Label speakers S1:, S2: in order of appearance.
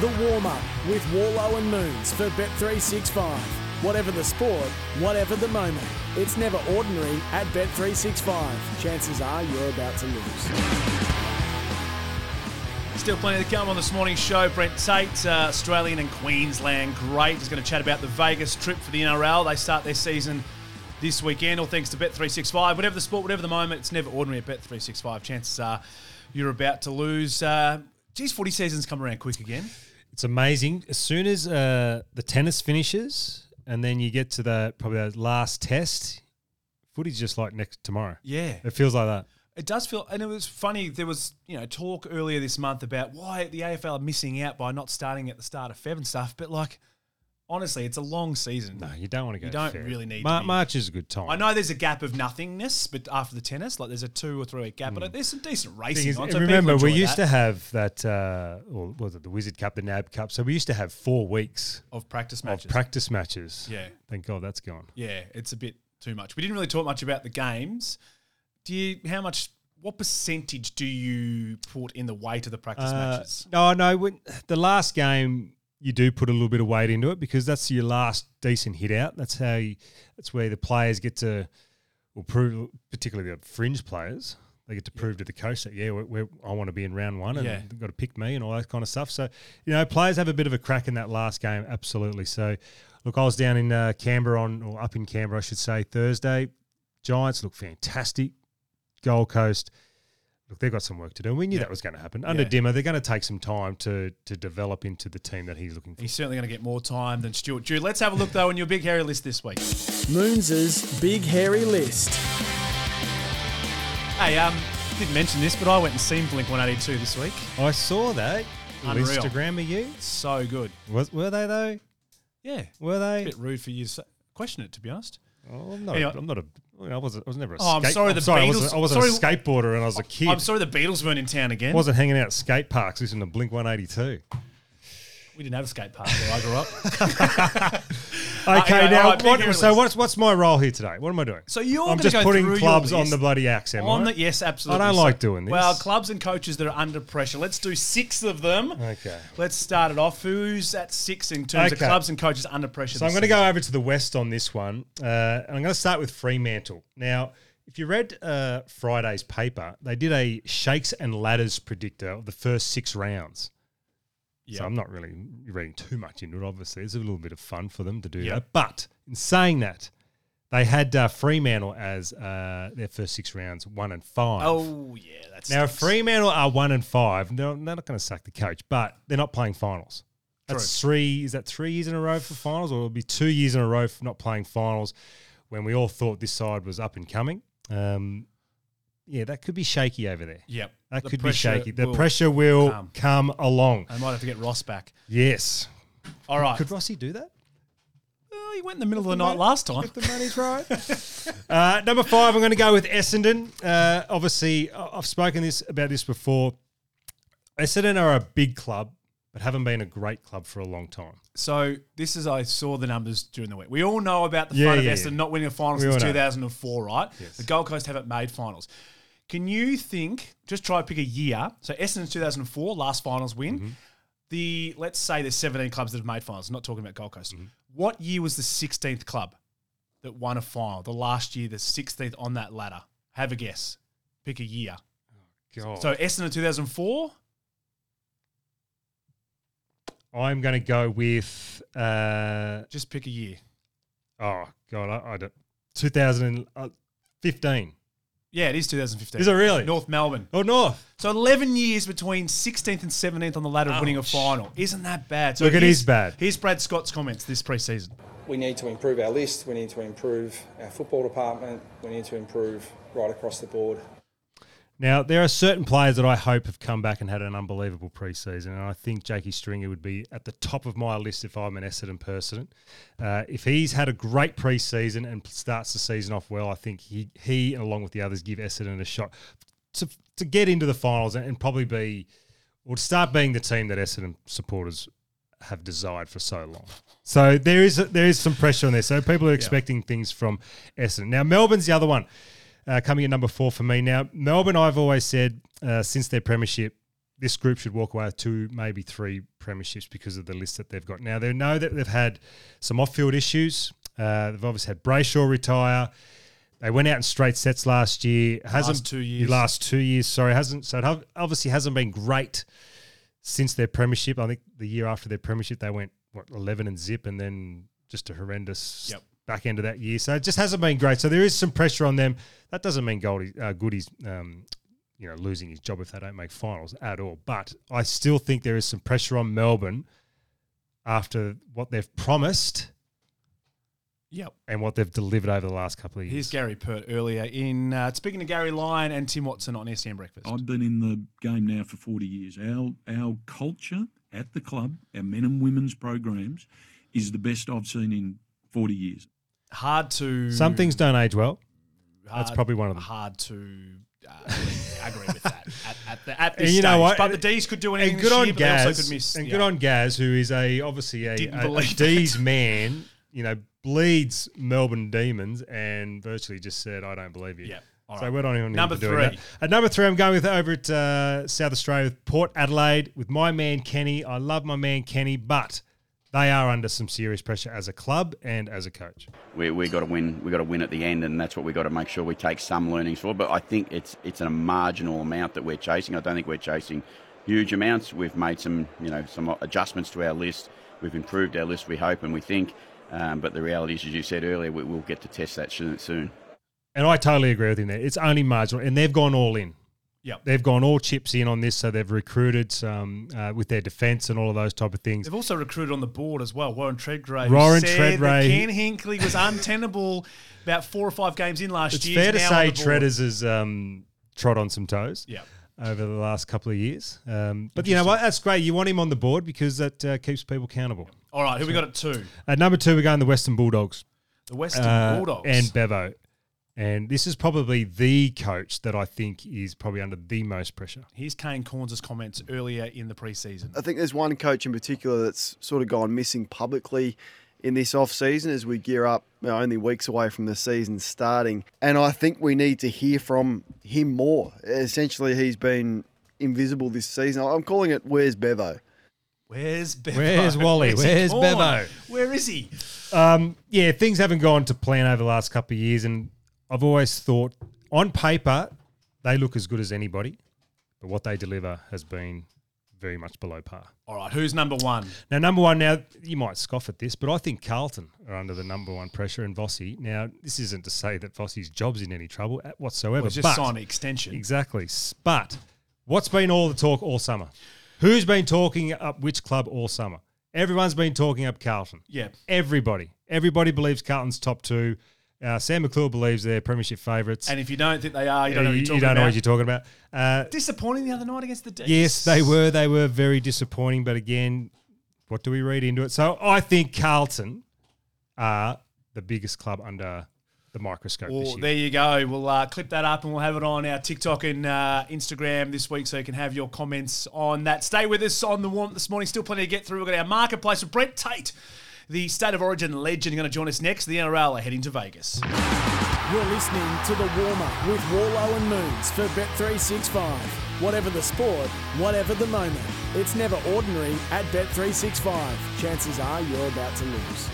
S1: The Warm Up with Warlow and Moons for Bet365. Whatever the sport, whatever the moment, it's never ordinary at Bet365. Chances are you're about to lose.
S2: Still plenty to come on this morning's show. Brent Tate, uh, Australian and Queensland great, is going to chat about the Vegas trip for the NRL. They start their season this weekend, all thanks to Bet365. Whatever the sport, whatever the moment, it's never ordinary at Bet365. Chances are you're about to lose. Uh, geez, footy season's come around quick again.
S3: It's amazing. As soon as uh, the tennis finishes, and then you get to the probably the last test, footy's just like next tomorrow.
S2: Yeah.
S3: it feels like that.
S2: It does feel, and it was funny. There was you know talk earlier this month about why the AFL are missing out by not starting at the start of Feb and stuff. But like, honestly, it's a long season.
S3: No, you don't want to go.
S2: You don't
S3: fair.
S2: really need
S3: Mar-
S2: to be-
S3: March is a good time.
S2: I know there's a gap of nothingness, but after the tennis, like there's a two or three week gap. But there's some decent
S3: Hmm. Thing
S2: racing
S3: is,
S2: on. So
S3: remember,
S2: people
S3: we
S2: enjoy
S3: used
S2: that
S3: to have that. Uh, or was it the Wizard Cup, the NAB Cup? So we used to have four weeks
S2: of practice matches.
S3: of practice matches.
S2: Yeah.
S3: Thank God that's gone.
S2: yeah, it's a bit too much. We didn't really talk much about the games. Do you? How much? What percentage do you put in the weight of the practice
S3: Uh,
S2: matches?
S3: no, no. When, the last game, you do put a little bit of weight into it because that's your last decent hit out. That's how. You, that's where the players get to, well, prove particularly the fringe players. They get to prove to the coach that yeah, we're, we're, I want to be in round one and
S2: Yeah.
S3: they've got to pick me and all that kind of stuff. So you know, players have a bit of a crack in that last game, absolutely. So look, I was down in uh, Canberra on or up in Canberra, I should say, Thursday. Giants look fantastic. Gold Coast, look, they've got some work to do. We knew that was going to happen. Under
S2: Yeah.
S3: Dimmer, they're going to take some time to to develop into the team that he's looking for.
S2: He's certainly going to get more time than Stuart Drew. Let's have a look though in your big hairy list this week.
S1: Moons' Big Hairy List.
S2: Hey, um, didn't mention this, but I went and seen Blink 182 this week.
S3: I saw that.
S2: Unreal.
S3: Instagram of you.
S2: So good.
S3: Was, were they though?
S2: Yeah,
S3: Were
S2: a
S3: they?
S2: bit rude for you to say- question it, to be honest.
S3: Oh, I'm not.
S2: Anyway.
S3: A, I'm not a. I wasn't. I was never a.
S2: Oh, I'm
S3: skate-
S2: sorry, the
S3: I
S2: Beatles-
S3: wasn't, I wasn't
S2: sorry.
S3: a skateboarder, and I was a kid.
S2: I'm sorry the Beatles weren't in town again.
S3: wasn't hanging out at skate parks listening to Blink 182.
S2: Uh, We didn't have a skate park where I grew up.
S3: Okay,
S2: anyway,
S3: now
S2: all right, big
S3: what,
S2: hit
S3: so
S2: list.
S3: what's what's my role here today? What am I doing?
S2: So you're
S3: I'm
S2: gonna
S3: just
S2: go
S3: putting
S2: through
S3: clubs
S2: your
S3: on the
S2: list.
S3: bloody axe, am
S2: On
S3: I?
S2: the yes, absolutely.
S3: I don't
S2: So-
S3: like doing this.
S2: Well, clubs and coaches that are under pressure. Let's do six of them.
S3: Okay.
S2: Let's start it off. Who's at six in terms of
S3: Okay.
S2: clubs and coaches under pressure?
S3: So I'm
S2: this
S3: going to
S2: season?
S3: go over to the west on this one, uh, and I'm going to start with Fremantle. Now, if you read uh, Friday's paper, they did a shakes and ladders predictor of the first six rounds.
S2: Yeah.
S3: So I'm not really reading too much into it. Obviously, it's a little bit of fun for them to do
S2: Yeah.
S3: that. But in saying that, they had uh, Fremantle as uh, their first six rounds, one and five.
S2: Oh yeah, that's
S3: Now, if Fremantle are one and five, they're they're not going to sack the coach, but they're not playing finals. That's three. Is that three years in a row for finals, or it'll be two years in a row for not playing finals, when we all thought this side was up and coming. Um, yeah, that could be shaky over there.
S2: Yep.
S3: That
S2: The
S3: could be
S2: pressure
S3: shaky. The
S2: will
S3: pressure will
S2: come.
S3: come. along.
S2: They might have to get Ross back.
S3: Yes.
S2: All right.
S3: Could Rossi do that?
S2: Well, he went in the middle of the night last time.
S3: The money's right. uh, number five, I'm going to go with Essendon. Uh, obviously, I- I've spoken this about this before. Essendon are a big club, but haven't been a great club for a long time.
S2: So this is I saw the numbers during the week. We all know about the
S3: Yeah,
S2: fun of
S3: yeah,
S2: Essendon
S3: yeah.
S2: not winning a final
S3: We
S2: since
S3: all know.
S2: 2004, right? The Gold Coast haven't made finals. Can you think? Just try to pick a year. So Essendon's 2004 last finals win.
S3: Mm-hmm.
S2: The let's say there's 17 clubs that have made finals. I'm not talking about Gold Coast.
S3: Mm-hmm.
S2: What year was the 16th club that won a final? The last year, the 16th on that ladder. Have a guess. Pick a year.
S3: God.
S2: So Essendon 2004.
S3: I'm going to go with uh,
S2: Just pick a year.
S3: oh god, I, I don't uh, 2015.
S2: Yeah, it is 2015.
S3: Is it really?
S2: North Melbourne.
S3: Oh no!
S2: So 11 years between 16th and 17th on the ladder of winning a
S3: Ouch.
S2: final. Isn't that bad? So
S3: Look, it
S2: here's-
S3: is bad.
S2: Here's Brad Scott's comments this preseason.
S4: we need to improve our list, we need to improve our football department, we need to improve right across the board.
S3: Now there are certain players that I hope have come back and had an unbelievable preseason, and I think Jakey Stringer would be at the top of my list if I'm an Essendon person. Uh, if he's had a great preseason and starts the season off well, I think he he along with the others give Essendon a shot to to get into the finals and, and probably be or to start being the team that Essendon supporters have desired for so long. So there is there is some pressure on there. So people are expecting things from Essendon. Now Melbourne's the other one uh, coming at number four for me. Now Melbourne, I've always said uh, since their premiership, this group should walk away with two, maybe three premierships because of the list that they've got now. They know that they've had some off-field issues. Uh, they've obviously had Brayshaw retire. They went out in straight sets last year. Hasn't
S2: two years.
S3: Last two years, sorry, hasn't. So it hov- obviously hasn't been great since their premiership. I think the year after their premiership, they went what eleven and zip, and then just a horrendous
S2: Yep.
S3: back end of that year. So it just hasn't been great. So there is some pressure on them. That doesn't mean Goldie uh, Goody's um, you know losing his job if they don't make finals at all. But I still think there is some pressure on Melbourne after what they've promised
S2: Yep.
S3: and what they've delivered over the last couple of years.
S2: Here's Gary Pert earlier in uh, speaking to Gary Lyon and Tim Watson on E SEM Breakfast.
S5: I've been in the game now for 40 years. Our our culture at the club, our men and women's programs, is the best I've seen in 40 years.
S2: Hard to
S3: some things don't age well.
S2: hard-
S3: that's probably one of them.
S2: Hard to uh, agree with that at, at, the, at this
S3: And you know
S2: stage.
S3: what?
S2: But the D's could do anything.
S3: and good
S2: this
S3: on
S2: year, but they
S3: Gaz,
S2: also could miss.
S3: and
S2: yeah.
S3: good on Gaz, who is a obviously a,
S2: Didn't
S3: a, a
S2: believe
S3: D's man. You know, bleeds Melbourne Demons, and virtually just said, "I don't believe you."
S2: Yeah. All
S3: So
S2: right.
S3: we're not on him
S2: Number
S3: for doing
S2: three.
S3: that. At number three, I'm going with over at uh, South Australia with Port Adelaide with my man Kenny. I love my man Kenny, but they are under some serious pressure as a club and as a coach.
S6: we we got to win. We got to win at the end, and that's what we got to make sure we take some learnings for. But I think it's it's a marginal amount that we're chasing. I don't think we're chasing huge amounts. We've made some you know some adjustments to our list. We've improved our list. We hope and we think. Um, but the reality is, as you said earlier, we, we'll get to test that soon. soon.
S3: And I totally agree with him there. It's only marginal, and they've gone all in.
S2: Yep.
S3: They've gone all chips in on this, so they've recruited some uh, with their defence and all of those type of things.
S2: They've also recruited on the board as well, Warren Treadray. who
S3: Warren
S2: said
S3: Treadray.
S2: that Ken Hinkley was untenable about four or five games in last
S3: It's
S2: year.
S3: fair to
S2: He's now on
S3: say
S2: the board.
S3: Treaders has um, trod on some toes
S2: Yeah.
S3: over the last couple of years. Um, but you know what? That's great. You want him on the board because that uh, keeps people accountable.
S2: All right, who we got at two?
S3: At number two, we're going the Western Bulldogs.
S2: The Western
S3: uh,
S2: Bulldogs.
S3: and Bevo. And this is probably the coach that I think is probably under the most pressure.
S2: Here's Kane Corns' comments earlier in the preseason.
S3: Uh,
S7: I think there's one coach in particular that's sort of gone missing publicly in this off season as we gear up you know, only weeks away from the season starting. And I think we need to hear from him more. Essentially, he's been invisible this season. I'm calling it Where's Bevo?
S2: Where's Bevo?
S3: Where's Wally?
S2: he
S3: Where's
S2: gone?
S3: Bevo?
S2: Where is he?
S3: Um, yeah, things haven't gone to plan over the last couple of years, and I've always thought on paper they look as good as anybody, but what they deliver has been very much below par.
S2: All right, who's number one?
S3: Now, number one, now you might scoff at this, but I think Carlton are under the number one pressure, and Vossi. Now, this isn't to say that Vossi's job's in any trouble at- whatsoever.
S2: Well, he's
S3: but
S2: just signed an extension.
S3: Exactly. S- But what's been all the talk all summer? Who's been talking up which club all summer? Everyone's been talking up Carlton.
S2: Yeah.
S3: Everybody. Everybody believes Carlton's top two. Uh, Sam McClure believes they're premiership favourites.
S2: And if you don't think they are, you don't know
S3: Uh,
S2: what
S3: you-
S2: you're talking
S3: you don't know
S2: about.
S3: what you're talking about. Uh,
S2: Disappointing the other night against the D's.
S3: yes, they were. They were very disappointing. But again, what do we read into it? So I think Carlton are the biggest club under the microscope this
S2: Well,
S3: year.
S2: there you go. We'll uh, clip that up and we'll have it on our TikTok and uh, Instagram this week so you can have your comments on that. Stay with us on the warm this morning. Still plenty to get through. We've got our marketplace with Brent Tate, the State of Origin legend, going to join us next. The NRL are heading to Vegas.
S1: You're listening to The Warm Up with Warlow and Moons for Bet365. Whatever the sport, whatever the moment, it's never ordinary at Bet365. Chances are you're about to lose.